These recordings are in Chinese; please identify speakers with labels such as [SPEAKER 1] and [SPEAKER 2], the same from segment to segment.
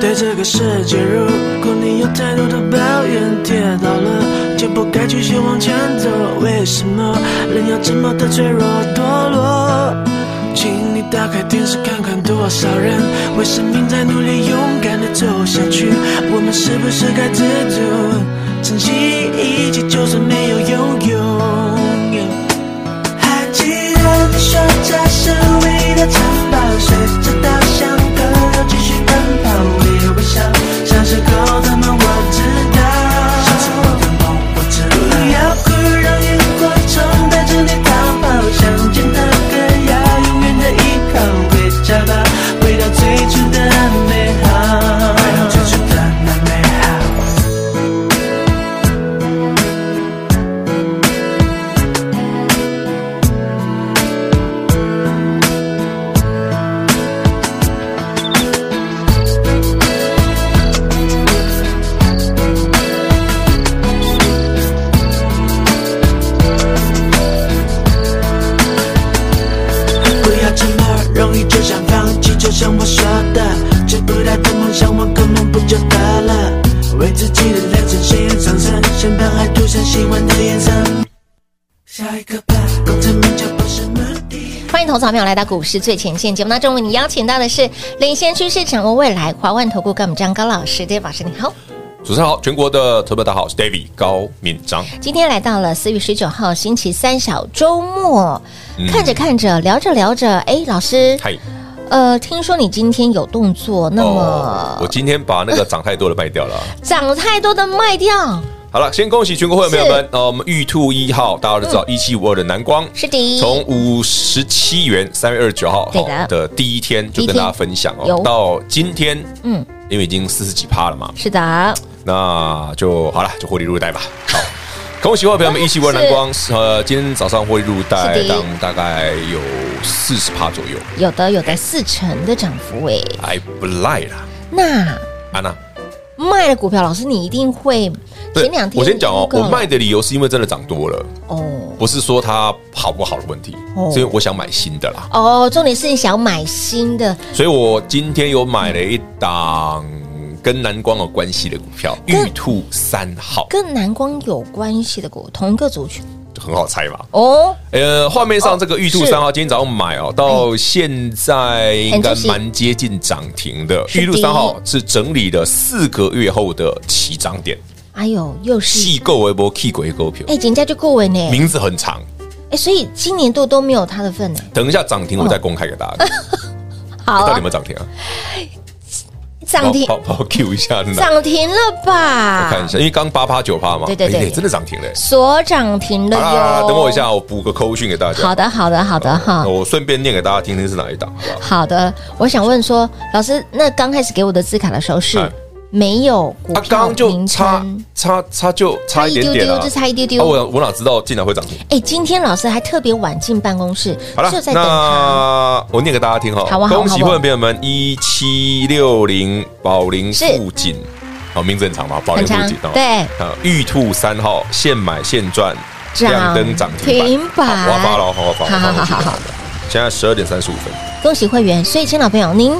[SPEAKER 1] 对这个世界，如果你有太多的抱怨，跌倒了就不该继续往前走。为什么人要这么的脆弱堕落？请你打开电视看看，多少人为生命在努力，勇敢的走下去。我们是不是该知足，珍惜一切，就算没有拥有？还记得你说家是唯一的城堡，随着稻香河流继续奔跑，微微笑，像是狗的梦，我知道。像是狗的梦，我知道。不要哭，让萤火虫带着你逃跑，想见那个要永远的依靠，回家吧，回到最初的美好。回到最初的那美好。不要这么容易就想放弃，就像我说的，追不到的梦想，我根本不就得了。为自己的人生鲜艳上身，身旁还涂上喜欢的眼神。下一个吧，刚才名叫不是目的。
[SPEAKER 2] 欢迎投资朋友来到股市最前线节目当中，为你邀请到的是领先趋势、掌握未来华冠投顾高敏章高老师，David 老师你好。
[SPEAKER 3] 主持人好，全国的特别大家好，我是 David 高敏章。
[SPEAKER 2] 今天来到了四月十九号星期三小周末，看着看着聊着聊着，哎，老师，
[SPEAKER 3] 嗯嗨，
[SPEAKER 2] 呃，听说你今天有动作，那么、
[SPEAKER 3] 哦我今天把那个涨太多的卖掉了。啊
[SPEAKER 2] 涨太多的卖掉，
[SPEAKER 3] 好了，先恭喜全国会员朋友们，哦，我们玉兔一号大家都知
[SPEAKER 2] 嗯
[SPEAKER 3] 道，一七五二的蓝光
[SPEAKER 2] 是的，
[SPEAKER 3] 从五十七元三月二十九号
[SPEAKER 2] 对的
[SPEAKER 3] 哦的第一天就跟大家分享
[SPEAKER 2] 第一天
[SPEAKER 3] 哦
[SPEAKER 2] 有，
[SPEAKER 3] 到今天
[SPEAKER 2] 嗯，
[SPEAKER 3] 因为已经四十几趴了嘛，
[SPEAKER 2] 是的，
[SPEAKER 3] 那就好了，就获利入袋吧。好，恭喜各位 朋友们，一起玩蓝光。呃，今天早上获利入袋
[SPEAKER 2] 是的，
[SPEAKER 3] 当大概有四十趴左右，
[SPEAKER 2] 有的有的四成的涨幅哎，
[SPEAKER 3] 还不赖啦。
[SPEAKER 2] 那
[SPEAKER 3] 安娜，
[SPEAKER 2] 卖了股票，老师你一定会前两天
[SPEAKER 3] 我先讲哦，
[SPEAKER 2] 预告
[SPEAKER 3] 我
[SPEAKER 2] 了
[SPEAKER 3] 卖的理由是因为真的涨多了，
[SPEAKER 2] 哦
[SPEAKER 3] 不是说它好不好的问题，
[SPEAKER 2] 哦
[SPEAKER 3] 是因为我想买新的啦。
[SPEAKER 2] 哦，重点是你想要买新的，
[SPEAKER 3] 所以我今天有买了一档跟蓝光有关系的股票，
[SPEAKER 2] 跟
[SPEAKER 3] 玉兔三号，
[SPEAKER 2] 跟蓝光有关系的股，同一个族群
[SPEAKER 3] 很好猜吧？
[SPEAKER 2] 哦，
[SPEAKER 3] 呃，画面上这个玉兔
[SPEAKER 2] 是哎
[SPEAKER 3] 三号今天早上买哦，到现在应该
[SPEAKER 2] 很接近
[SPEAKER 3] 蛮接近涨停的。
[SPEAKER 2] 是的
[SPEAKER 3] 玉兔三号是整理了四个月后的起涨点，
[SPEAKER 2] 哎呦，又是
[SPEAKER 3] 细购微波 K 鬼勾票，
[SPEAKER 2] 哎，人家就够稳呢，
[SPEAKER 3] 名字很长。
[SPEAKER 2] 哎，所以今年度都没有他的份呢。
[SPEAKER 3] 等一下涨停我再公开给大家，看
[SPEAKER 2] 好
[SPEAKER 3] 到底有
[SPEAKER 2] 啊
[SPEAKER 3] 没，有涨停啊？
[SPEAKER 2] 涨停
[SPEAKER 3] 跑跑跑 Q 一下呢，
[SPEAKER 2] 涨停了
[SPEAKER 3] 我看
[SPEAKER 2] 吧
[SPEAKER 3] 一？下，因为刚八趴九趴嘛，
[SPEAKER 2] 啊对对对
[SPEAKER 3] 哎真的涨停了。
[SPEAKER 2] 所涨停了
[SPEAKER 3] 好啦，
[SPEAKER 2] 哟。
[SPEAKER 3] 等我一。下，我补个扣讯给大家。
[SPEAKER 2] 好的，好的，好的哈
[SPEAKER 3] 那。我顺便念给大家听听是哪一档，好不好？
[SPEAKER 2] 好的，我想问说，老师，那刚开始给我的字卡的时候是
[SPEAKER 3] 哎
[SPEAKER 2] 没有股
[SPEAKER 3] 啊，
[SPEAKER 2] 票
[SPEAKER 3] 刚就
[SPEAKER 2] 名
[SPEAKER 3] 差
[SPEAKER 2] 称，
[SPEAKER 3] 差差就差一点点
[SPEAKER 2] 丢
[SPEAKER 3] 了
[SPEAKER 2] 丢，就。差一丢
[SPEAKER 3] 啊
[SPEAKER 2] 丢。
[SPEAKER 3] 我我哪知道竟然会涨停？
[SPEAKER 2] 哎，今天老师还特别晚进办公室
[SPEAKER 3] 好了
[SPEAKER 2] 就，在等他。
[SPEAKER 3] 那我念给大家听哈。
[SPEAKER 2] 好啊好啊
[SPEAKER 3] 恭喜
[SPEAKER 2] 好啊
[SPEAKER 3] 会员朋友们，一七六零宝林
[SPEAKER 2] 是
[SPEAKER 3] 富锦，哦，名字很长嘛，宝林
[SPEAKER 2] 很
[SPEAKER 3] 富
[SPEAKER 2] 长
[SPEAKER 3] 锦哦。
[SPEAKER 2] 对，
[SPEAKER 3] 啊，玉兔三号现买现赚，
[SPEAKER 2] 涨
[SPEAKER 3] 亮灯涨停
[SPEAKER 2] 停板
[SPEAKER 3] 好我要发了，我要发，我要
[SPEAKER 2] 好
[SPEAKER 3] 发
[SPEAKER 2] 好
[SPEAKER 3] 过去
[SPEAKER 2] 好好
[SPEAKER 3] 了。现在十二点三十五分
[SPEAKER 2] 恭喜会员！所以，亲老朋友，您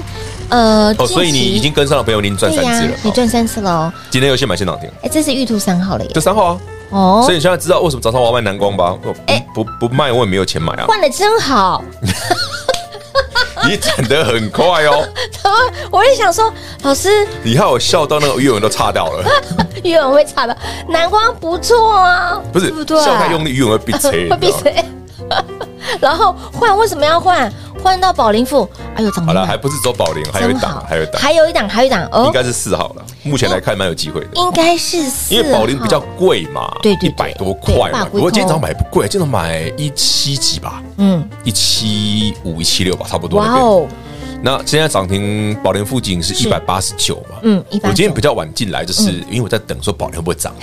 [SPEAKER 2] 呃，近
[SPEAKER 3] 哦，所以你
[SPEAKER 2] 期
[SPEAKER 3] 已经跟上的朋友，您赚
[SPEAKER 2] 对
[SPEAKER 3] 三
[SPEAKER 2] 呀
[SPEAKER 3] 次了。，
[SPEAKER 2] 你
[SPEAKER 3] 好
[SPEAKER 2] 赚三次了哦。
[SPEAKER 3] 今天有现买现涨停，
[SPEAKER 2] 哎，这是玉兔三号了耶
[SPEAKER 3] 就！三号啊。
[SPEAKER 2] 哦
[SPEAKER 3] 所以，你现在知道为什么早上我要卖蓝光吧？我
[SPEAKER 2] 哎
[SPEAKER 3] 不不不卖，我也没有钱买啊。
[SPEAKER 2] 换的真好。
[SPEAKER 3] 你涨得很快哦，
[SPEAKER 2] 我也想说，老师
[SPEAKER 3] 你害我笑到那个鱼尾纹都差掉了。
[SPEAKER 2] 语文会差的，南光不错啊，
[SPEAKER 3] 不是
[SPEAKER 2] 对不对？
[SPEAKER 3] 笑太用力，语文会被催，
[SPEAKER 2] 会
[SPEAKER 3] 你
[SPEAKER 2] 闭
[SPEAKER 3] 知道吗
[SPEAKER 2] 嘴。然后换为什么要换？换到宝林富，哎呦，涨
[SPEAKER 3] 好
[SPEAKER 2] 停
[SPEAKER 3] 了，
[SPEAKER 2] 板
[SPEAKER 3] 还不是走宝林，还有一
[SPEAKER 2] 真好
[SPEAKER 3] 档，还有一档，
[SPEAKER 2] 还有一档，还有一档哦
[SPEAKER 3] 应，该是四号了。目前来看蛮有机会的，
[SPEAKER 2] 应该是四啊
[SPEAKER 3] 因为宝林比较
[SPEAKER 2] 号
[SPEAKER 3] 贵嘛，
[SPEAKER 2] 对对对
[SPEAKER 3] 一百多块
[SPEAKER 2] 对
[SPEAKER 3] 嘛
[SPEAKER 2] 大。
[SPEAKER 3] 不过今天早上
[SPEAKER 2] 贵哦
[SPEAKER 3] 买不贵，今天早上买一七几吧，
[SPEAKER 2] 嗯，
[SPEAKER 3] 一七五、一七六吧，差不多那
[SPEAKER 2] 哇
[SPEAKER 3] 边。
[SPEAKER 2] 哦，
[SPEAKER 3] 那现在涨停宝林附近是一百八十九嘛？
[SPEAKER 2] 嗯189
[SPEAKER 3] 我今天比较晚进来，就是
[SPEAKER 2] 嗯
[SPEAKER 3] 因为我在等说宝林会不会涨。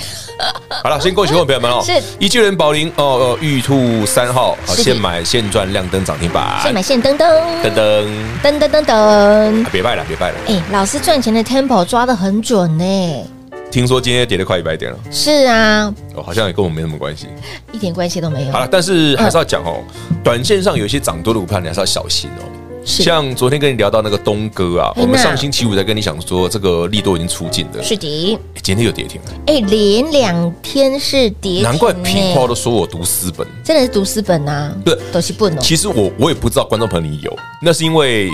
[SPEAKER 3] 好了，先恭喜各位朋友们 哦，
[SPEAKER 2] 是
[SPEAKER 3] 一巨人宝林哦哦，玉兔三号，好
[SPEAKER 2] 是的
[SPEAKER 3] 现买现赚亮灯涨停板，
[SPEAKER 2] 现买现噔噔
[SPEAKER 3] 噔噔，
[SPEAKER 2] 噔噔噔噔
[SPEAKER 3] 啊，别拜了，别拜了。
[SPEAKER 2] 哎，老师赚钱的 tempo 抓的很准呢。
[SPEAKER 3] 听说今天跌了快一百点了，
[SPEAKER 2] 是啊，
[SPEAKER 3] 哦，好像也跟我们没什么关系。
[SPEAKER 2] 一点关系都没有
[SPEAKER 3] 好。了，但是还是要讲哦，短线上有一些涨多的股票你还是要小心哦。
[SPEAKER 2] 是
[SPEAKER 3] 像昨天跟你聊到那个东哥啊，
[SPEAKER 2] 嘿
[SPEAKER 3] 我们
[SPEAKER 2] 那
[SPEAKER 3] 上星期五才跟你讲说这个利多已经出尽了，
[SPEAKER 2] 是的，
[SPEAKER 3] 诶今天又跌停了，
[SPEAKER 2] 哎，连两天是跌停呢，
[SPEAKER 3] 难怪平花都说我读私本。
[SPEAKER 2] 真的是读私本啊，
[SPEAKER 3] 对
[SPEAKER 2] 都是笨哦。
[SPEAKER 3] 其实我我也不知道观众朋友你有，那是因为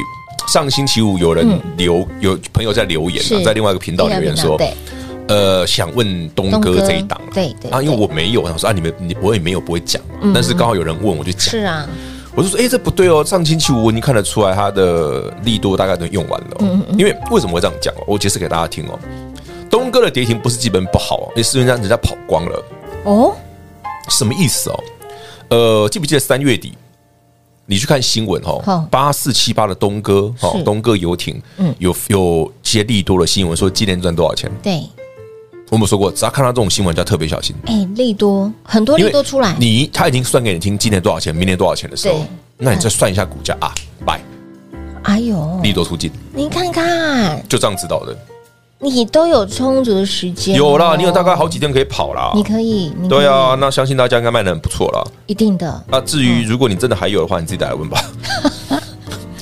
[SPEAKER 3] 上星期五有人留、有朋友在留言、啊
[SPEAKER 2] 嗯是，
[SPEAKER 3] 在另外一个频道留言说，
[SPEAKER 2] 对，
[SPEAKER 3] 呃，想问东
[SPEAKER 2] 东
[SPEAKER 3] 哥
[SPEAKER 2] 哥
[SPEAKER 3] 这一档啊、
[SPEAKER 2] 对对
[SPEAKER 3] 啊，因为
[SPEAKER 2] 对
[SPEAKER 3] 我没有，我想说啊，你们你我也没有不会讲，
[SPEAKER 2] 嗯
[SPEAKER 3] 但是刚好有人问我就讲
[SPEAKER 2] 是， 啊，
[SPEAKER 3] 我就说，哎、这不对哦，上星期五我已经看得出来它的力度大概都用完了
[SPEAKER 2] 嗯
[SPEAKER 3] 哦、因为为什么会这样讲哦？我解释给大家听哦，东哥的跌停不是基本不好哦，也是人家人家跑光了，
[SPEAKER 2] 哦，
[SPEAKER 3] 什么意思哦？呃，记不记得三月底你去看新闻
[SPEAKER 2] 好
[SPEAKER 3] 哦，八四七八的东哥哦
[SPEAKER 2] 是，
[SPEAKER 3] 东哥游艇，
[SPEAKER 2] 嗯
[SPEAKER 3] 有有接力多的新闻说今年赚多少钱？
[SPEAKER 2] 对，
[SPEAKER 3] 我们说过，只要看到这种新闻就要特别小心，
[SPEAKER 2] 哎，利多很多利多出来，
[SPEAKER 3] 你他已经算给你听今年多少钱，明年多少钱的时候
[SPEAKER 2] 对，
[SPEAKER 3] 那你再算一下股价啊，拜
[SPEAKER 2] 哎呦，
[SPEAKER 3] 利多出尽，
[SPEAKER 2] 您看看，
[SPEAKER 3] 就这样知道的。
[SPEAKER 2] 你都有充足的时间哦，
[SPEAKER 3] 有啦，你有大概好几天可以跑啦。
[SPEAKER 2] 你可以，你可以
[SPEAKER 3] 对啊，，那相信大家应该卖的很不错啦。
[SPEAKER 2] 一定的。
[SPEAKER 3] 那至
[SPEAKER 2] 嗯
[SPEAKER 3] 于如果你真的还有的话，你自己打 来问吧。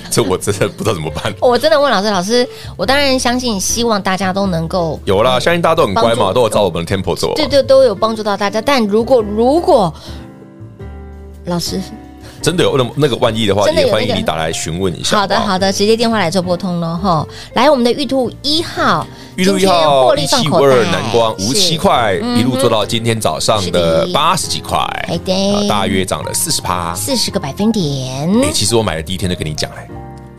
[SPEAKER 3] 这我真的不知道怎么办。
[SPEAKER 2] 我真的问老师，老师，我当然相信，希望大家都能够
[SPEAKER 3] 有啦，相信大家都很乖
[SPEAKER 2] 嗯帮
[SPEAKER 3] 嘛，
[SPEAKER 2] 助
[SPEAKER 3] 都有照我们的 tempo 走啊。
[SPEAKER 2] 对对，都有帮助到大家。但如果如果老师，
[SPEAKER 3] 真的有那么那个万一的话，
[SPEAKER 2] 真的有
[SPEAKER 3] 也欢
[SPEAKER 2] 那
[SPEAKER 3] 迎
[SPEAKER 2] 个
[SPEAKER 3] 你打来询问一下。
[SPEAKER 2] 好的
[SPEAKER 3] 不
[SPEAKER 2] 好的，直接电话来做拨通了哈。来，我们的玉兔一号，
[SPEAKER 3] 玉兔一
[SPEAKER 2] 今天
[SPEAKER 3] 号
[SPEAKER 2] 获
[SPEAKER 3] 一
[SPEAKER 2] 利放
[SPEAKER 3] 七五
[SPEAKER 2] 口袋嗯
[SPEAKER 3] 二南光五七，块，
[SPEAKER 2] 嗯哼
[SPEAKER 3] 一路做到今天早上的
[SPEAKER 2] 是的
[SPEAKER 3] 八十几块，
[SPEAKER 2] 哎对
[SPEAKER 3] 啊大约涨了四十趴。
[SPEAKER 2] 四十个百分点，
[SPEAKER 3] 哎，其实我买的第一天就跟你讲嘞，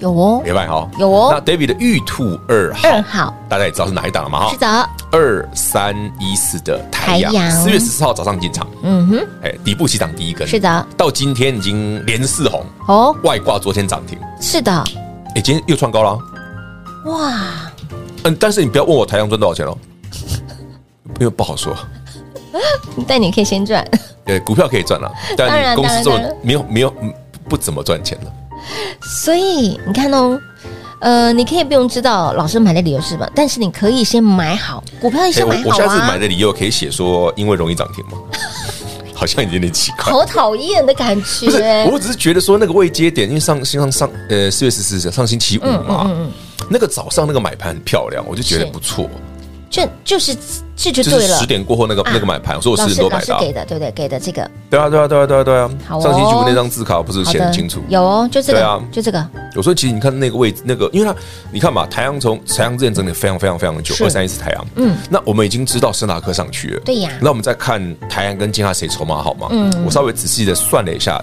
[SPEAKER 2] 有哦，
[SPEAKER 3] 别办哦。
[SPEAKER 2] 有哦
[SPEAKER 3] 那 David 的玉兔二
[SPEAKER 2] 二
[SPEAKER 3] 号，
[SPEAKER 2] 号
[SPEAKER 3] 大家也知道是哪一档了嘛哈
[SPEAKER 2] 是。的，
[SPEAKER 3] 二三一四的台阳
[SPEAKER 2] 台阳，
[SPEAKER 3] 四月十四号早上进场，
[SPEAKER 2] 嗯哼，
[SPEAKER 3] 哎，底部起涨第一根，
[SPEAKER 2] 是，的，
[SPEAKER 3] 到今天已经连四红，
[SPEAKER 2] 哦，
[SPEAKER 3] 外挂昨天涨停，
[SPEAKER 2] 是的，
[SPEAKER 3] 哎，今天又创高了啊，
[SPEAKER 2] 哇，
[SPEAKER 3] 嗯，但是你不要问我台阳赚多少钱哦， 因为不好说，
[SPEAKER 2] 但你可以先赚，
[SPEAKER 3] 对，股票可以赚了，
[SPEAKER 2] 当然
[SPEAKER 3] 但你公司这
[SPEAKER 2] 当然
[SPEAKER 3] 种没有没有嗯不怎么赚钱了，
[SPEAKER 2] 所以你看哦。呃，你可以不用知道老师买的理由是吧？但是你可以先买好股票，
[SPEAKER 3] 哎
[SPEAKER 2] 先
[SPEAKER 3] 我
[SPEAKER 2] 买好
[SPEAKER 3] 我下次买
[SPEAKER 2] 啊。
[SPEAKER 3] 的理由可以写说因为容易涨停吗？ 好像已经有点奇怪。
[SPEAKER 2] 好讨厌的感
[SPEAKER 3] 不是
[SPEAKER 2] 觉，，
[SPEAKER 3] 我只是觉得说那个未接点，因为上上上呃四月十四上星期五嘛，那个早上那个买盘很漂亮，我就觉得
[SPEAKER 2] 嗯是
[SPEAKER 3] 不错，
[SPEAKER 2] 就就是这就
[SPEAKER 3] 就是
[SPEAKER 2] 对了
[SPEAKER 3] 十。点过后那个、
[SPEAKER 2] 啊
[SPEAKER 3] 那个买盘，我说我
[SPEAKER 2] 老
[SPEAKER 3] 十
[SPEAKER 2] 师
[SPEAKER 3] 点多
[SPEAKER 2] 老
[SPEAKER 3] 买
[SPEAKER 2] 师
[SPEAKER 3] 的啊、
[SPEAKER 2] 给的，对不对？给的这个
[SPEAKER 3] 对啊对啊对啊对啊对啊，
[SPEAKER 2] 好哦
[SPEAKER 3] 上星期五那张字卡不是
[SPEAKER 2] 好
[SPEAKER 3] 写
[SPEAKER 2] 的
[SPEAKER 3] 很清楚。
[SPEAKER 2] 有哦，就这
[SPEAKER 3] 对
[SPEAKER 2] 个
[SPEAKER 3] 啊，
[SPEAKER 2] 就这个，
[SPEAKER 3] 有时候其实你看那个位置，那个因为它你看嘛，台阳从台阳之前整理非常非常非常久，
[SPEAKER 2] 是
[SPEAKER 3] 二三一次台阳，
[SPEAKER 2] 嗯
[SPEAKER 3] 嗯，那我们已经知道森达克上去了，
[SPEAKER 2] 对呀
[SPEAKER 3] 那我们再看台阳跟金哈谁筹码好吗？
[SPEAKER 2] 嗯
[SPEAKER 3] 我稍微仔细的算了一下，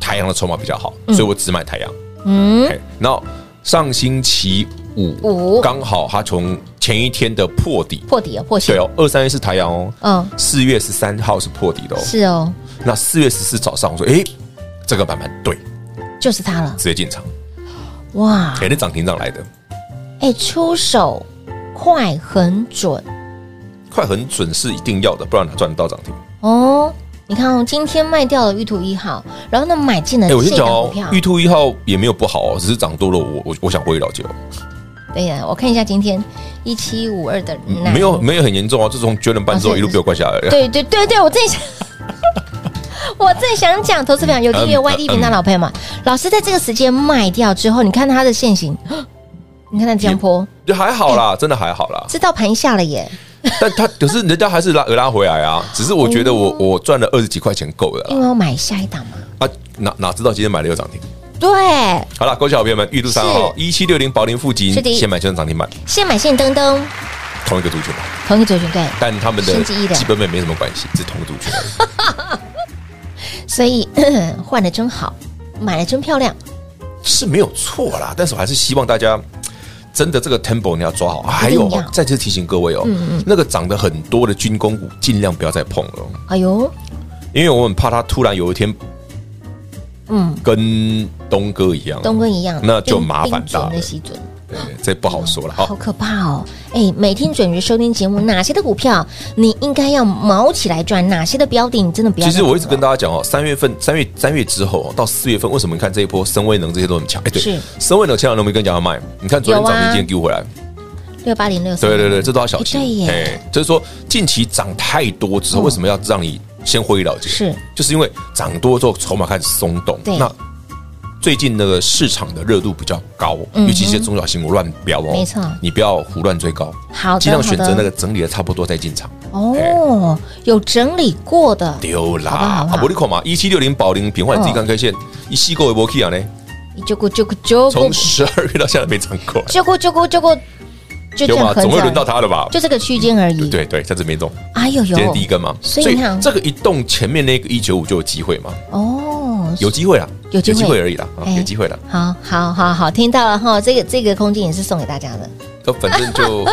[SPEAKER 3] 台阳的筹码比较好，所以我只买台阳。
[SPEAKER 2] 嗯，
[SPEAKER 3] OK，然后上星期五
[SPEAKER 2] 五
[SPEAKER 3] 刚好它从前一天的破底，
[SPEAKER 2] 破底哦，破线
[SPEAKER 3] 对，哦，二三一是台阳哦，
[SPEAKER 2] 嗯，
[SPEAKER 3] 四月十三号是破底的哦，
[SPEAKER 2] 是哦，
[SPEAKER 3] 那四月十四早上我说，诶，这个板板对，
[SPEAKER 2] 就是它了，
[SPEAKER 3] 直接进场，
[SPEAKER 2] 哇，
[SPEAKER 3] 哎，那涨停涨来的，
[SPEAKER 2] 哎，出手快很准
[SPEAKER 3] 快很准是一定要的，不然哪赚得到涨停？
[SPEAKER 2] 哦。你看哦，今天卖掉了玉兔一号，然后呢买进了
[SPEAKER 3] 哎，我先
[SPEAKER 2] 这
[SPEAKER 3] 讲
[SPEAKER 2] 档股
[SPEAKER 3] 哦
[SPEAKER 2] 票，
[SPEAKER 3] 玉，兔一号也没有不好哦，只是涨多了，我我我想回了解哦，
[SPEAKER 2] 对呀，我看一下今天一七五二的
[SPEAKER 3] 嗯
[SPEAKER 2] 南
[SPEAKER 3] 没有，没有很严重啊，自从捐了班之
[SPEAKER 2] 哦
[SPEAKER 3] 后
[SPEAKER 2] 是
[SPEAKER 3] 一路被我灌下来，
[SPEAKER 2] 对对对对，我正 想。我正想讲，投资朋友有订阅
[SPEAKER 3] 嗯
[SPEAKER 2] YT 频道
[SPEAKER 3] 嗯
[SPEAKER 2] 老朋友们，老师在这个时间卖掉之后，你看它的现形， 你看它这样坡，
[SPEAKER 3] 就还好啦，真的还好啦。
[SPEAKER 2] 知道盘下了耶，
[SPEAKER 3] 但他可是人家还是拉拉回来啊，只是我觉得我
[SPEAKER 2] 哦
[SPEAKER 3] 我赚了二十几块钱够了
[SPEAKER 2] 因
[SPEAKER 3] 啦
[SPEAKER 2] 为我买下一档嘛。
[SPEAKER 3] 啊，哪哪知道今天买了又涨停。
[SPEAKER 2] 对，
[SPEAKER 3] 好了，恭喜好朋友们，预祝三号一七六零宝林附近
[SPEAKER 2] 是的
[SPEAKER 3] 先买先涨停板，
[SPEAKER 2] 现买现登登，
[SPEAKER 3] 同一个族群嘛，
[SPEAKER 2] 同一族群对，
[SPEAKER 3] 但他们的
[SPEAKER 2] 先记忆的
[SPEAKER 3] 基本面没什么关系，是同一个族群而已。
[SPEAKER 2] 所以换的真好，买的真漂亮，
[SPEAKER 3] 是没有错啦，但是我还是希望大家。真的，这个 tempo 你要抓好。还有
[SPEAKER 2] 一定要，
[SPEAKER 3] 哦
[SPEAKER 2] 嗯
[SPEAKER 3] 再次提醒各位哦，那个涨得很多的军工股，尽量不要再碰了哦，
[SPEAKER 2] 哎呦，
[SPEAKER 3] 因为我很怕它突然有一天
[SPEAKER 2] 嗯，
[SPEAKER 3] 跟东哥一样，
[SPEAKER 2] 东哥一样，
[SPEAKER 3] 那就
[SPEAKER 2] 丁
[SPEAKER 3] 麻烦
[SPEAKER 2] 丁
[SPEAKER 3] 大
[SPEAKER 2] 准
[SPEAKER 3] 了
[SPEAKER 2] 那些准。
[SPEAKER 3] 对这不好说了
[SPEAKER 2] 好
[SPEAKER 3] 哈。
[SPEAKER 2] 可怕哦！哎，每天准时收听节目，哪些的股票你应该要毛起来赚，哪些的标的你真的不要
[SPEAKER 3] 其
[SPEAKER 2] 再碰了。
[SPEAKER 3] 实我一直跟大家讲哦，三月份、三月、三月之后哦到四月份，为什么你看这一波深威能这些都很强？哎，
[SPEAKER 2] 是
[SPEAKER 3] 对，深威能前两天我们跟你讲要卖，你看昨天
[SPEAKER 2] 有啊
[SPEAKER 3] 涨停，今天丢回来，
[SPEAKER 2] 六八零六，
[SPEAKER 3] 对对对，这都要小心。
[SPEAKER 2] 哎对耶
[SPEAKER 3] 哎，就是说近期涨太多之后，
[SPEAKER 2] 嗯
[SPEAKER 3] 为什么要让你先获利了结？
[SPEAKER 2] 是，
[SPEAKER 3] 就是因为涨多之后筹码开始松动。
[SPEAKER 2] 对
[SPEAKER 3] 那最近那个市场的热度比较高，
[SPEAKER 2] 嗯哼
[SPEAKER 3] 尤其一些中小型股乱飙哦，
[SPEAKER 2] 没错
[SPEAKER 3] 你不要胡乱追高，
[SPEAKER 2] 好
[SPEAKER 3] 尽
[SPEAKER 2] 的，
[SPEAKER 3] 量
[SPEAKER 2] 好
[SPEAKER 3] 选择那
[SPEAKER 2] 的。
[SPEAKER 3] 个整理的差不多再进场。
[SPEAKER 2] 哦，有整理过的，
[SPEAKER 3] 丢啦，啊
[SPEAKER 2] 好不好好不好
[SPEAKER 3] 伯利控嘛，一七六零保龄平换自己
[SPEAKER 2] 哦
[SPEAKER 3] 看 K 线，一吸够一波 K 啊呢，
[SPEAKER 2] 就过就过就过
[SPEAKER 3] 从，十二月到现在没涨过，
[SPEAKER 2] 就过就过就过，就这
[SPEAKER 3] 有
[SPEAKER 2] 样
[SPEAKER 3] 嘛？
[SPEAKER 2] 很
[SPEAKER 3] 总会
[SPEAKER 2] 少
[SPEAKER 3] 轮到它了吧？
[SPEAKER 2] 就这个区间而已。，
[SPEAKER 3] 对对，在这边动，
[SPEAKER 2] 哎呦
[SPEAKER 3] 今天
[SPEAKER 2] 呦
[SPEAKER 3] 第，一根嘛，
[SPEAKER 2] 所以你看
[SPEAKER 3] 这个一动前面那个一九五就有机会嘛，
[SPEAKER 2] 哦，
[SPEAKER 3] 有机会啦，
[SPEAKER 2] 有机会
[SPEAKER 3] 而已啦，啊
[SPEAKER 2] 哎
[SPEAKER 3] 有机会啦。
[SPEAKER 2] 好，好，好，好，听到了哈，这个这个空间也是送给大家的。
[SPEAKER 3] 那反 正就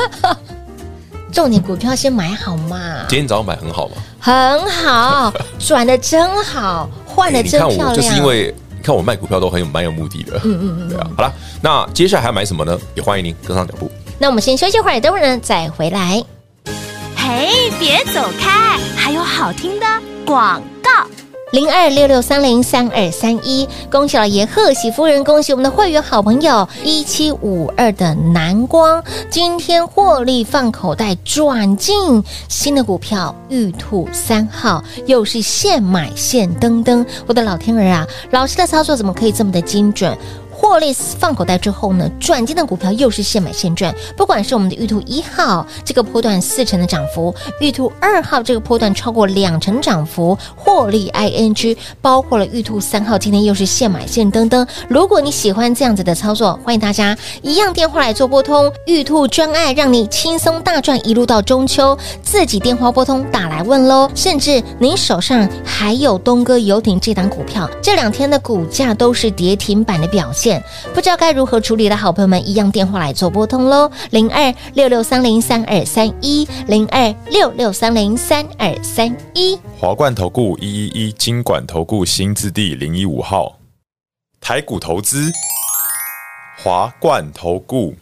[SPEAKER 2] 重点股票先买好嘛，
[SPEAKER 3] 今天早上买很好嘛，
[SPEAKER 2] 很好，转的真好，换的
[SPEAKER 3] 哎你
[SPEAKER 2] 啊真
[SPEAKER 3] 看
[SPEAKER 2] 漂
[SPEAKER 3] 我
[SPEAKER 2] 亮。
[SPEAKER 3] 就是因为你看我卖股票都很有蛮有目的的，嗯嗯嗯，对啊。好啦，那接下来还要买什么呢？也欢迎您跟上脚步。
[SPEAKER 2] 那我们先休息会儿，等会儿呢再回来。
[SPEAKER 4] 嘿，别走开，还有好听的广告。
[SPEAKER 2] 零二六六三零三二三一，恭喜老爷，贺喜夫人，恭喜我们的会员好朋友一七五二的南光，今天获利放口袋，转进新的股票玉兔三号，又是现买现登登，我的老天儿啊，老师的操作怎么可以这么的精准？获利放口袋之后呢，转进的股票又是现买现赚。不管是我们的玉兔一号这个波段四成的涨幅，玉兔二号这个波段超过两成涨幅，获利 ING，包括了玉兔三号今天又是现买现登登。如果你喜欢这样子的操作，欢迎大家一样电话来做拨通玉兔专案，让你轻松大赚一路到中秋。自己电话拨通打来问喽，甚至您手上还有东哥游艇这档股票，这两天的股价都是跌停板的表现，不知道该如何处理的好朋友们，一样电话来做拨通喽，零二六六三零三二三一，零二六六三零三二三一。
[SPEAKER 5] 华冠投顾一一一金管投顾新字第零一五号，台股投资，华冠投顾。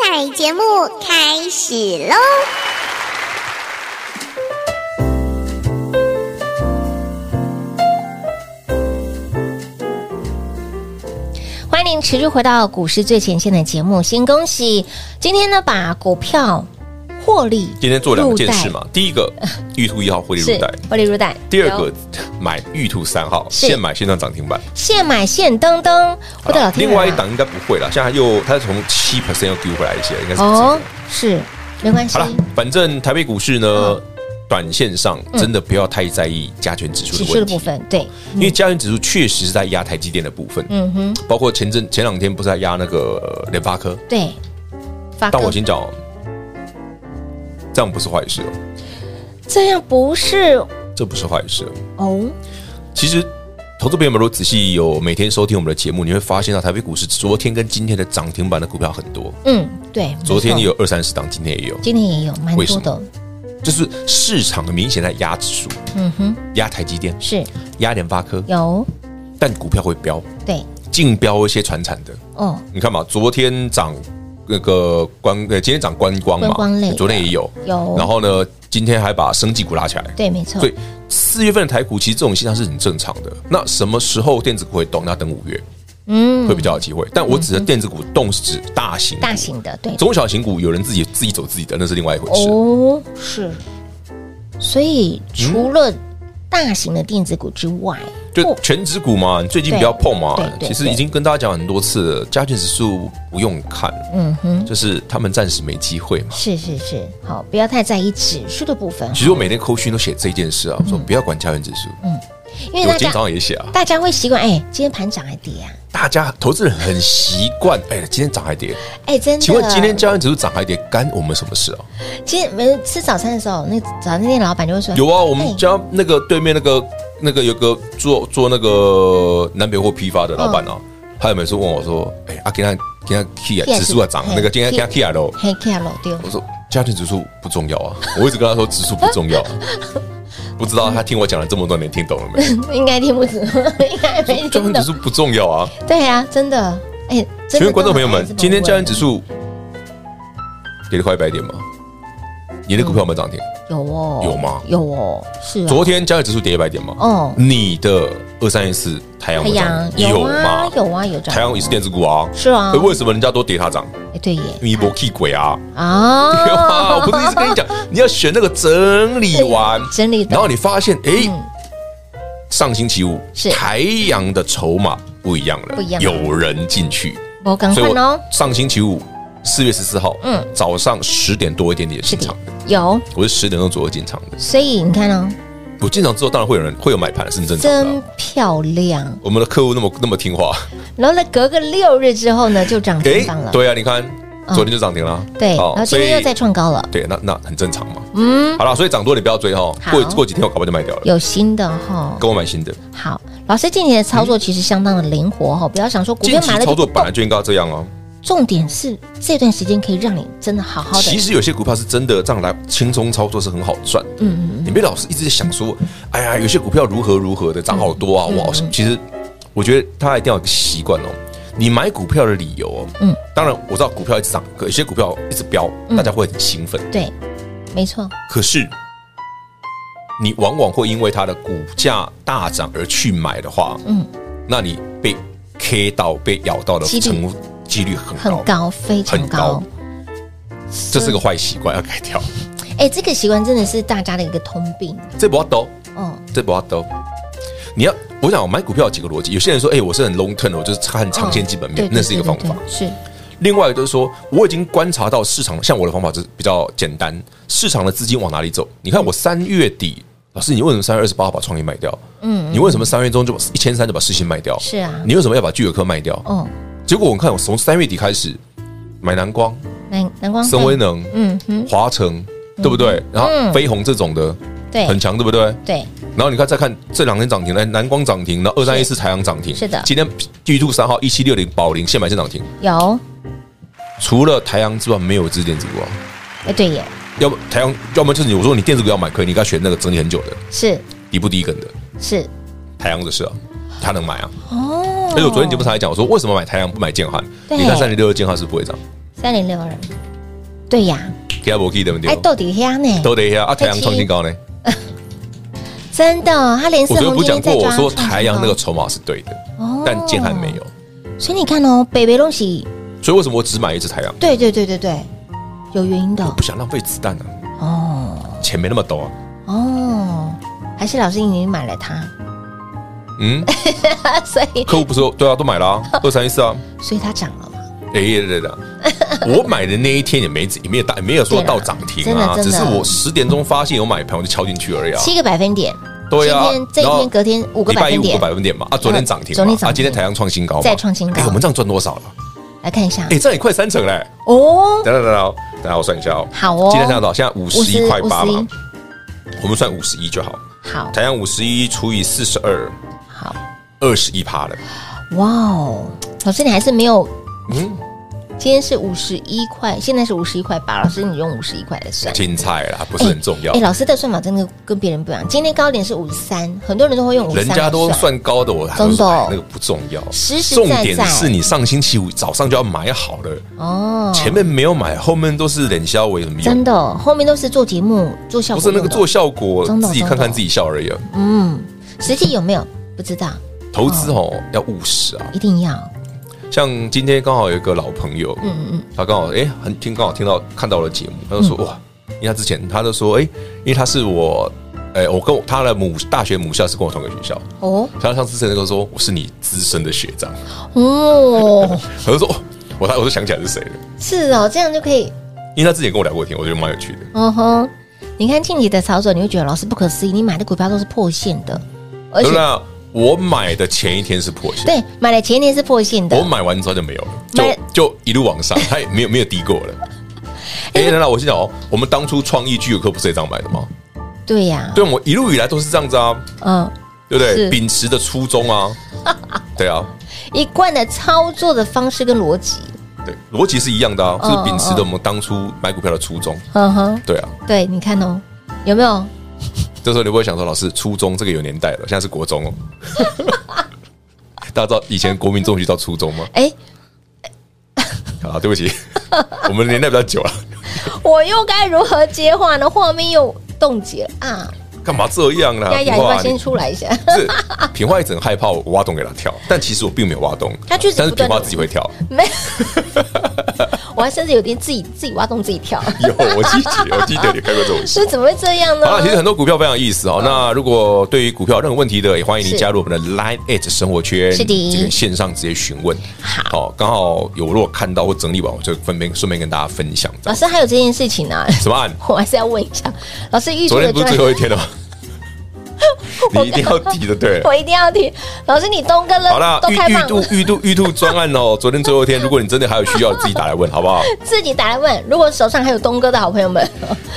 [SPEAKER 6] 彩节目开始喽！
[SPEAKER 2] 欢迎您持续回到股市最前线的节目。先恭喜今天呢，把股票获利
[SPEAKER 3] 今天做两件事嘛，第 一个玉兔一号获利入
[SPEAKER 2] 是
[SPEAKER 3] 袋，
[SPEAKER 2] 获利入袋。
[SPEAKER 3] 第二
[SPEAKER 2] 有
[SPEAKER 3] 个买玉兔三号，
[SPEAKER 2] 是
[SPEAKER 3] 现买现上涨停板。
[SPEAKER 2] 现买现登登，我的老天、啊！
[SPEAKER 3] 另外一档应该不会啦，现在又它从七 percent 又丢回来一些，应该是不
[SPEAKER 2] 哦
[SPEAKER 3] 止。，
[SPEAKER 2] 是嗯没关系
[SPEAKER 3] 好。了，反正台北股市呢，短线上真的不要太在意加权指
[SPEAKER 2] 指
[SPEAKER 3] 数的
[SPEAKER 2] 数的
[SPEAKER 3] 问
[SPEAKER 2] 部
[SPEAKER 3] 题，
[SPEAKER 2] 分，对，
[SPEAKER 3] 因为加权指数确实是在压台积电的部分，
[SPEAKER 2] 嗯哼，
[SPEAKER 3] 包括前阵前两天不是在压那个呃联发科，
[SPEAKER 2] 对。发
[SPEAKER 3] 但
[SPEAKER 2] 哥
[SPEAKER 3] 我先讲哦，这样不是坏事哦，
[SPEAKER 2] 这样不是
[SPEAKER 3] 这不是坏事哦。
[SPEAKER 2] 哦，
[SPEAKER 3] 其实，投资朋友们如果仔细有每天收听我们的节目，你会发现到台北股市昨天跟今天的涨停板的股票很多，
[SPEAKER 2] 嗯，对，没错
[SPEAKER 3] 昨天也有二三十档，今天也有，
[SPEAKER 2] 今天也有蛮
[SPEAKER 3] 为
[SPEAKER 2] 多
[SPEAKER 3] 什
[SPEAKER 2] 的
[SPEAKER 3] 么，就是市场很明显在压指数，
[SPEAKER 2] 嗯哼，
[SPEAKER 3] 压台积电，
[SPEAKER 2] 是
[SPEAKER 3] 压联发科，
[SPEAKER 2] 有
[SPEAKER 3] 但股票会飙，
[SPEAKER 2] 对
[SPEAKER 3] 竞标一些传产的。
[SPEAKER 2] 哦，
[SPEAKER 3] 你看嘛，昨天涨那个观，呃，今天涨观光嘛，
[SPEAKER 2] 观光类的哦
[SPEAKER 3] 昨天也有，
[SPEAKER 2] 有
[SPEAKER 3] 然后呢，今天还把生技股拉起来，
[SPEAKER 2] 对，没错
[SPEAKER 3] 所，以四月份的台股其实这种现象是很正常的。那什么时候电子股会动？那等五月
[SPEAKER 2] 嗯
[SPEAKER 3] 会比较有机会。但我指的电子股动是指大型股
[SPEAKER 2] 大、型的，对
[SPEAKER 3] 中小型股，有人自己自己走自己的，那是另外一回事。
[SPEAKER 2] 哦，是，所以除了大型的电子股之外，
[SPEAKER 3] 就
[SPEAKER 2] 不
[SPEAKER 3] 全指股嘛，你最近不要碰嘛
[SPEAKER 2] 对对。对
[SPEAKER 3] 其实已经跟大家讲很多次了，加权指数不用看，
[SPEAKER 2] 嗯哼，
[SPEAKER 3] 就是他们暂时没机会嘛。
[SPEAKER 2] 是是是，好，不要太在意指数的部分，
[SPEAKER 3] 其实我每天扣讯都写这件事
[SPEAKER 2] 嗯
[SPEAKER 3] 啊，我说不要管加权指数。
[SPEAKER 2] 因为
[SPEAKER 3] 我
[SPEAKER 2] 大
[SPEAKER 3] 今天早
[SPEAKER 2] 家
[SPEAKER 3] 上也写啊，
[SPEAKER 2] 大家会习惯，哎，今天盘涨还跌啊，
[SPEAKER 3] 大家投资人很习惯，哎，今天涨还跌。
[SPEAKER 2] 哎，真的，
[SPEAKER 3] 请问今天加权指数涨还跌，干我们什么事啊？
[SPEAKER 2] 今天没吃早餐的时候，那早餐店老板就会说
[SPEAKER 3] 有啊，我
[SPEAKER 2] 哎
[SPEAKER 3] 们家那
[SPEAKER 2] 嗯
[SPEAKER 3] 个对面那个那个有个做做那个南北货批发的老板啊，他有没有说问我说，哎、啊，今天今天 K
[SPEAKER 2] 起来
[SPEAKER 3] 指数啊涨，那个今天今天 K 啊喽，
[SPEAKER 2] 黑 K 老丢，
[SPEAKER 3] 我说家庭指数不重要啊，我一直跟他说指数不重要、啊，不知道他听我讲了这么多年听懂 了没？
[SPEAKER 2] 应该听不懂，应该没
[SPEAKER 3] 家庭
[SPEAKER 2] 听
[SPEAKER 3] 指
[SPEAKER 2] 懂。
[SPEAKER 3] 数不重要啊，
[SPEAKER 2] 对呀、啊，真的，哎、真的
[SPEAKER 3] 请问观众朋友们
[SPEAKER 2] 都很爱这，么
[SPEAKER 3] 今天
[SPEAKER 2] 问
[SPEAKER 3] 家庭指数跌了快一百点吗？你的股票有没有涨停？
[SPEAKER 2] 有哦，
[SPEAKER 3] 有吗
[SPEAKER 2] 有哦，是哦
[SPEAKER 3] 昨天交易指数跌一百点吗？
[SPEAKER 2] 哦
[SPEAKER 3] 你的二三一四太阳
[SPEAKER 2] 太
[SPEAKER 3] 有涨
[SPEAKER 2] 阳
[SPEAKER 3] 停有
[SPEAKER 2] 啊
[SPEAKER 3] 吗？
[SPEAKER 2] 有啊有涨，
[SPEAKER 3] 太阳也是电子股啊，
[SPEAKER 2] 是啊
[SPEAKER 3] 诶为什么人家都跌它涨？
[SPEAKER 2] 哎对耶
[SPEAKER 3] 你波气鬼啊！对吧？
[SPEAKER 2] 啊
[SPEAKER 3] 我，不是一直跟你讲，你要选那个整理完，
[SPEAKER 2] 整理的
[SPEAKER 3] 然后你发现，哎
[SPEAKER 2] 嗯，
[SPEAKER 3] 上星期五
[SPEAKER 2] 是
[SPEAKER 3] 台阳的筹码不一样了，
[SPEAKER 2] 不一样了
[SPEAKER 3] 有人进去，
[SPEAKER 2] 我赶
[SPEAKER 3] 所
[SPEAKER 2] 快
[SPEAKER 3] 以我
[SPEAKER 2] 哦，
[SPEAKER 3] 上星期五四月十四号，
[SPEAKER 2] 嗯
[SPEAKER 3] 嗯，早上十点多一点点
[SPEAKER 2] 是
[SPEAKER 3] 进
[SPEAKER 2] 的
[SPEAKER 3] 场的，
[SPEAKER 2] 有，
[SPEAKER 3] 我是十点钟左右进场的。
[SPEAKER 2] 所以你看哦，
[SPEAKER 3] 我进场之后，当然会有人会有买盘是很正常的
[SPEAKER 2] 真
[SPEAKER 3] 啊。
[SPEAKER 2] 漂亮。
[SPEAKER 3] 我们的客户那么那么听话，
[SPEAKER 2] 然后呢，隔个六日之后呢，就涨
[SPEAKER 3] 哎
[SPEAKER 2] 停板了，，嗯
[SPEAKER 3] 对啊，你看昨天就涨停了啊，
[SPEAKER 2] 对，然
[SPEAKER 3] 好
[SPEAKER 2] 后今
[SPEAKER 3] 所以
[SPEAKER 2] 天又再创高了，
[SPEAKER 3] 对，那那很正常嘛。
[SPEAKER 2] 嗯，
[SPEAKER 3] 好了，所以涨多你不要追哈，
[SPEAKER 2] 好
[SPEAKER 3] 过过几天我搞不好就卖掉了，
[SPEAKER 2] 有新的哈。
[SPEAKER 3] 跟我买新的。
[SPEAKER 2] 好，老师近期的操作其实相当的灵活哈，不要想说股
[SPEAKER 3] 嗯近
[SPEAKER 2] 票
[SPEAKER 3] 期
[SPEAKER 2] 买了
[SPEAKER 3] 操
[SPEAKER 2] 就
[SPEAKER 3] 作
[SPEAKER 2] 不
[SPEAKER 3] 本
[SPEAKER 2] 动
[SPEAKER 3] 来，就应该要这样哦。
[SPEAKER 2] 重点是这段时间可以让你真的好好的，
[SPEAKER 3] 其实有些股票是真的这样来轻松操作是很好赚，
[SPEAKER 2] 嗯嗯
[SPEAKER 3] 你别老是一直在想说，哎呀，有些股票如何如何的涨好多啊，
[SPEAKER 2] 嗯
[SPEAKER 3] 哇！其实我觉得大家一定要有个习惯哦，你买股票的理由哦，
[SPEAKER 2] 嗯
[SPEAKER 3] 嗯，当然我知道股票一直涨，可有些股票一直飙，大家会很兴奋，
[SPEAKER 2] 嗯，对，没错，
[SPEAKER 3] 可是你往往会因为它的股价大涨而去买的话，
[SPEAKER 2] 嗯
[SPEAKER 3] 嗯，那你被 K 到、被咬到的
[SPEAKER 2] 几率
[SPEAKER 3] 成几率很高，
[SPEAKER 2] 很高，非常
[SPEAKER 3] 很
[SPEAKER 2] 高
[SPEAKER 3] 高。这是个坏习惯，要改掉。
[SPEAKER 2] 哎，这个习惯真的是大家的一个通病。
[SPEAKER 3] 这不要抖，
[SPEAKER 2] 哦，
[SPEAKER 3] 这不要抖。你要，我想我买股票有几个逻辑，有些人说，哎、我是很 long term，的我就是看长线基本面，
[SPEAKER 2] 哦对
[SPEAKER 3] 嗯那是一个
[SPEAKER 2] 对
[SPEAKER 3] 方
[SPEAKER 2] 对
[SPEAKER 3] 法。
[SPEAKER 2] 对是
[SPEAKER 3] 另外就是说，我已经观察到市场，像我的方法就是比较简单，市场的资金往哪里走？你看我三月底，老师，你为什么三月二十八号把创意卖掉？
[SPEAKER 2] 嗯
[SPEAKER 3] 嗯，你为什么三月中就把一千三就把世信卖掉？
[SPEAKER 2] 是啊
[SPEAKER 3] 你为什么要把聚友科卖掉？
[SPEAKER 2] 哦，
[SPEAKER 3] 结果我看我从三月底开始买蓝光、
[SPEAKER 2] 南南光
[SPEAKER 3] 深威能、
[SPEAKER 2] 嗯哼，嗯
[SPEAKER 3] 华城，对不对？然后飞鸿这种的
[SPEAKER 2] 对，
[SPEAKER 3] 很强，对不对？
[SPEAKER 2] 对，
[SPEAKER 3] 然后你看，再看这两天涨停，来南光涨停，然后二三一四台阳涨停，
[SPEAKER 2] 是的
[SPEAKER 3] 今天季度三号一七六零宝林现买现涨停，
[SPEAKER 2] 有，
[SPEAKER 3] 除了台阳之外，没有一支电子股啊。
[SPEAKER 2] 哎，对耶，
[SPEAKER 3] 要不台阳，要么就是你我说你电子股要买，可以你应该选那个整理很久的、
[SPEAKER 2] 是
[SPEAKER 3] 底部第一根的
[SPEAKER 2] 是
[SPEAKER 3] 台阳的是啊，他能买啊。
[SPEAKER 2] 哦。
[SPEAKER 3] 而且我昨天节目上还讲，我说为什么买台阳不买建汉？
[SPEAKER 2] 对
[SPEAKER 3] 你看三零六的建汉是不会涨，
[SPEAKER 2] 三零六二，对呀，
[SPEAKER 3] 给他我记对不
[SPEAKER 2] 哎，
[SPEAKER 3] 对？
[SPEAKER 2] 到底呀呢？
[SPEAKER 3] 都得一下啊，台阳创新高呢。
[SPEAKER 2] 真的，哦他连四
[SPEAKER 3] 我昨天
[SPEAKER 2] 红
[SPEAKER 3] 不
[SPEAKER 2] 今
[SPEAKER 3] 是讲
[SPEAKER 2] 天
[SPEAKER 3] 过，
[SPEAKER 2] 在抓
[SPEAKER 3] 我说
[SPEAKER 2] 创新
[SPEAKER 3] 台阳那
[SPEAKER 2] 高
[SPEAKER 3] 个筹码是对的，
[SPEAKER 2] 哦
[SPEAKER 3] 但建汉没有。
[SPEAKER 2] 所以你看哦，北北东西，
[SPEAKER 3] 所以为什么我只买一只台阳？
[SPEAKER 2] 对对对对对，有原因的
[SPEAKER 3] 不想浪费子弹啊，
[SPEAKER 2] 哦
[SPEAKER 3] 钱没那么多啊。
[SPEAKER 2] 哦，还是老师你买了它，
[SPEAKER 3] 嗯。
[SPEAKER 2] 所以
[SPEAKER 3] 客户不是说对啊，都买了啊，二三一四啊，
[SPEAKER 2] 所以它涨了嘛？
[SPEAKER 3] 哎对 对对，我买的那一天也没也没有大也没有说到涨停啊，
[SPEAKER 2] 对啦真的真
[SPEAKER 3] 只
[SPEAKER 2] 的
[SPEAKER 3] 是我十点钟发现有买盘，我就敲进去而已啊。
[SPEAKER 2] 七个百分点，
[SPEAKER 3] 对啊
[SPEAKER 2] 今天，这一
[SPEAKER 3] 然后
[SPEAKER 2] 天隔天五个
[SPEAKER 3] 礼
[SPEAKER 2] 百
[SPEAKER 3] 拜一
[SPEAKER 2] 分
[SPEAKER 3] 五
[SPEAKER 2] 点
[SPEAKER 3] 个，百分点嘛，啊，昨天涨停
[SPEAKER 2] 昨
[SPEAKER 3] 嘛
[SPEAKER 2] 天，涨停
[SPEAKER 3] 啊，今天台阳创新高嘛，
[SPEAKER 2] 再创新高
[SPEAKER 3] 哎我们这样赚多少了？
[SPEAKER 2] 来看一下
[SPEAKER 3] 哎，这样也快三成嘞！
[SPEAKER 2] 哦，
[SPEAKER 3] 等等等等，等下我算一下哦。
[SPEAKER 2] 好哦
[SPEAKER 3] 今天多少？现在五十一块八嘛
[SPEAKER 2] 51，
[SPEAKER 3] 我们算五十一就好。
[SPEAKER 2] 好
[SPEAKER 3] 台阳五十一除以四十二，
[SPEAKER 2] 好
[SPEAKER 3] 二十一趴了。
[SPEAKER 2] 哇哦，老师你还是没有，
[SPEAKER 3] 嗯，
[SPEAKER 2] 今天是五十一块，现在是五十一块八，老师你用五十一块来算。
[SPEAKER 3] 青菜啦，不是很重要
[SPEAKER 2] 哎、。老师的算法真的跟别人不一样。今天高点是五十三，很多人都会用五十
[SPEAKER 3] 人
[SPEAKER 2] 三，
[SPEAKER 3] 家都算高的，我还会
[SPEAKER 2] 真的
[SPEAKER 3] 说
[SPEAKER 2] 哦
[SPEAKER 3] 哎那个不重要。
[SPEAKER 2] 实实在
[SPEAKER 3] 重
[SPEAKER 2] 在
[SPEAKER 3] 点是你上星期五早上就要买好了，
[SPEAKER 2] 哦，
[SPEAKER 3] 前面没有买，后面都是冷销为什么
[SPEAKER 2] 真
[SPEAKER 3] 用？
[SPEAKER 2] 的哦、后面都是做节目做效
[SPEAKER 3] 不
[SPEAKER 2] 果，
[SPEAKER 3] 是那个做，效果
[SPEAKER 2] 真，的
[SPEAKER 3] 自己看看自己笑而已啊。
[SPEAKER 2] 嗯，实际有没有不知道，
[SPEAKER 3] 投资哦要务实啊。
[SPEAKER 2] 一定要，
[SPEAKER 3] 像今天刚好有一个老朋友，
[SPEAKER 2] 嗯嗯
[SPEAKER 3] 他刚好哎很听刚好听到看到了节目，他就说哇，因为他之前他就说哎，因为他是我。哎，我跟我他的母大学母校是跟我同个学校，
[SPEAKER 2] 嗯，哦
[SPEAKER 3] 他上次那个说我是你资深的学长，
[SPEAKER 2] 哦，
[SPEAKER 3] 他就说哦我他我就想起来是谁了，
[SPEAKER 2] 是哦，这样就可以，
[SPEAKER 3] 因为他之前也跟我聊过天，我觉得蛮有趣的。
[SPEAKER 2] 嗯哼，你看近期的操作，你会觉得老师不可思议，你买的股票都是破线的，而且
[SPEAKER 3] 对啦，我买的前一天是哦破线，
[SPEAKER 2] 对买了前一天是破线
[SPEAKER 3] 我
[SPEAKER 2] 的，
[SPEAKER 3] 买完之后就没有了，
[SPEAKER 2] 买
[SPEAKER 3] 就就一路往上，它也没有没有低过 了。哎，那那我先讲哦，我们当初创意聚友客不是也这样买的吗？
[SPEAKER 2] 对呀、
[SPEAKER 3] 对，我一路以来都是这样子啊，
[SPEAKER 2] 嗯，
[SPEAKER 3] 对不
[SPEAKER 2] 是
[SPEAKER 3] 对？秉持的初衷啊，对啊，
[SPEAKER 2] 一贯的操作的方式跟逻辑。
[SPEAKER 3] 对，逻辑是一样的啊，
[SPEAKER 2] 嗯
[SPEAKER 3] 是秉持的我们当初买股票的初衷。
[SPEAKER 2] 嗯哼，
[SPEAKER 3] 对啊，
[SPEAKER 2] 对，你看哦，有没有？
[SPEAKER 3] 这时候你不会想说，老师初中这个有年代了，现在是国中哦。 大家知道以前国民中学叫初中吗？
[SPEAKER 2] 哎，
[SPEAKER 3] 啊，对 不起，我们年代比较久了，
[SPEAKER 2] 我又该如何接话呢？画面又冻结了啊！
[SPEAKER 3] 干嘛这样啦？
[SPEAKER 2] 丫丫，
[SPEAKER 3] 平
[SPEAKER 2] 你要
[SPEAKER 3] 花
[SPEAKER 2] 不
[SPEAKER 3] 啊
[SPEAKER 2] 要先
[SPEAKER 3] 你
[SPEAKER 2] 出来一下？
[SPEAKER 3] 不是平花一直很害怕我挖洞给他跳，但其实我并没有挖洞，
[SPEAKER 2] 他确实
[SPEAKER 3] 但是
[SPEAKER 2] 不断地
[SPEAKER 3] 平花自己 会跳，
[SPEAKER 2] 没，我还甚至有点自己自己挖洞自己 跳，
[SPEAKER 3] 有我记得，我记得你开过 这种戏
[SPEAKER 2] 所以。怎么会这样
[SPEAKER 3] 好了，啊其实
[SPEAKER 2] 呢？
[SPEAKER 3] 很多股票非常有意思哦。那如果对于股票有任何问题的，也欢迎您
[SPEAKER 2] 嗯是
[SPEAKER 3] 加入我们的 Line It 生活圈，
[SPEAKER 2] 是的
[SPEAKER 3] 这个线上直接询问。好，刚好有如果看到或整理完，我就分别顺便跟大家分享。这
[SPEAKER 2] 老
[SPEAKER 3] 样
[SPEAKER 2] 师还有这件事情呢、啊
[SPEAKER 3] 什么案？
[SPEAKER 2] 我还是要问一下，老师预祝
[SPEAKER 3] 昨
[SPEAKER 2] 的
[SPEAKER 3] 天不是
[SPEAKER 2] 专
[SPEAKER 3] 最后一 天了吗？你一定要提的，对了。
[SPEAKER 2] 我一定要听。老师，你东哥
[SPEAKER 3] 好啦
[SPEAKER 2] 了，都
[SPEAKER 3] 玉
[SPEAKER 2] 开
[SPEAKER 3] 玉
[SPEAKER 2] 放
[SPEAKER 3] 兔
[SPEAKER 2] 了，
[SPEAKER 3] 玉兔玉兔专 案哦，昨天最后一天，如果你真的还有需要，你自己打来问好不好？
[SPEAKER 2] 自己打来问。如果手上还有东哥的好朋友们，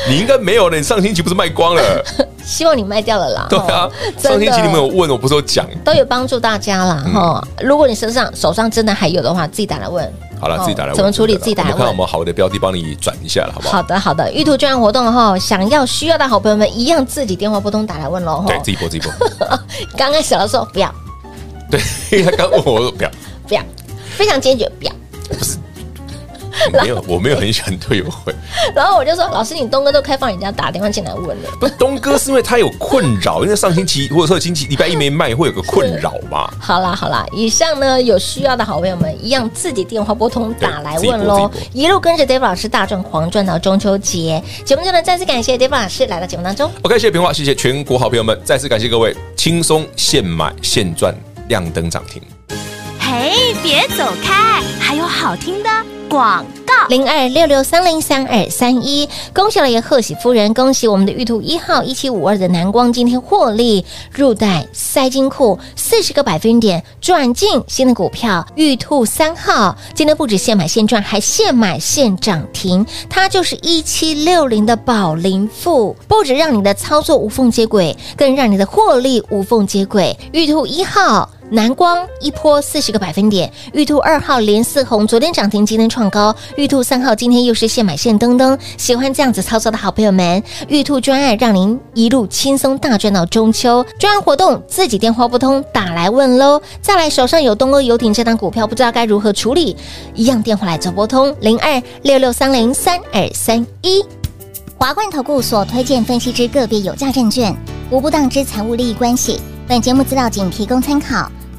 [SPEAKER 3] 你应该没有了，你上星期不是卖 光了？
[SPEAKER 2] 希望你卖掉了啦。
[SPEAKER 3] 对啊
[SPEAKER 2] 哦，
[SPEAKER 3] 上
[SPEAKER 2] 真
[SPEAKER 3] 星期你们有嗯
[SPEAKER 2] 的
[SPEAKER 3] 问，我不是有讲？
[SPEAKER 2] 都有帮助大家啦哈。如果你身上手上真的还有的话，自己打来问。
[SPEAKER 3] 好了，
[SPEAKER 2] 哦
[SPEAKER 3] 自己打来问
[SPEAKER 2] 怎么处理
[SPEAKER 3] 真的啦
[SPEAKER 2] 自己打来
[SPEAKER 3] 我们看
[SPEAKER 2] 问
[SPEAKER 3] 我们好的标的帮你转一下了，好不好？
[SPEAKER 2] 好的，好的，玉兔券活动哈，想要需要的好朋友们一样自己电话拨通打来问喽
[SPEAKER 3] 对
[SPEAKER 2] 哈
[SPEAKER 3] 自。己播自己播，
[SPEAKER 2] 刚刚小的时候不要
[SPEAKER 3] 对，因为他刚问我我说不要，
[SPEAKER 2] 不要，非常坚决不要。
[SPEAKER 3] 没有，我没有很喜欢退友 会。
[SPEAKER 2] 然后我就说，老师，你东哥都开放人家打电话进来问了，
[SPEAKER 3] 不是东哥是因为他有困扰，因为上星期或者说星期礼拜一没卖，会有个困扰嘛。
[SPEAKER 2] 好啦好啦，以上呢有需要的好朋友们，一样自己电话拨通打来问喽
[SPEAKER 3] 对自己拨自己，
[SPEAKER 2] 一路跟着 Dave 老师大赚狂赚到中秋节。节目中呢，再次感谢 Dave 老师来到节目当中。
[SPEAKER 3] OK，谢谢平话，谢谢全国好朋友们，再次感谢各位，轻松现买现赚，亮灯涨停。
[SPEAKER 4] 嘿，别走开，还有好听的广告。
[SPEAKER 2] 零二六六三零三二三一。恭喜老爷，贺喜夫人，恭喜我们的玉兔一号一七五二的南光，今天获利入袋塞金库四十个百分点，转进新的股票玉兔三号，今天不止现买现赚，还现买现涨停，它就是一七六零的宝林富，不止让你的操作无缝接轨，更让你的获利无缝接轨。玉兔一号。南光一波四十个百分点，玉兔二号连四红，昨天涨停，今天创高，玉兔三号今天又是现买现登登。喜欢这样子操作的好朋友们，玉兔专案让您一路轻松大赚到中秋。专案活动自己电话不通，打来问喽。再来手上有东欧游艇这档股票，不知道该如何处理，一样电话来做拨通零二六六三零三二三一。
[SPEAKER 6] 华冠投顾所推荐分析之个别有价证券，无不当之财务利益关系。本节目资料仅提供参考，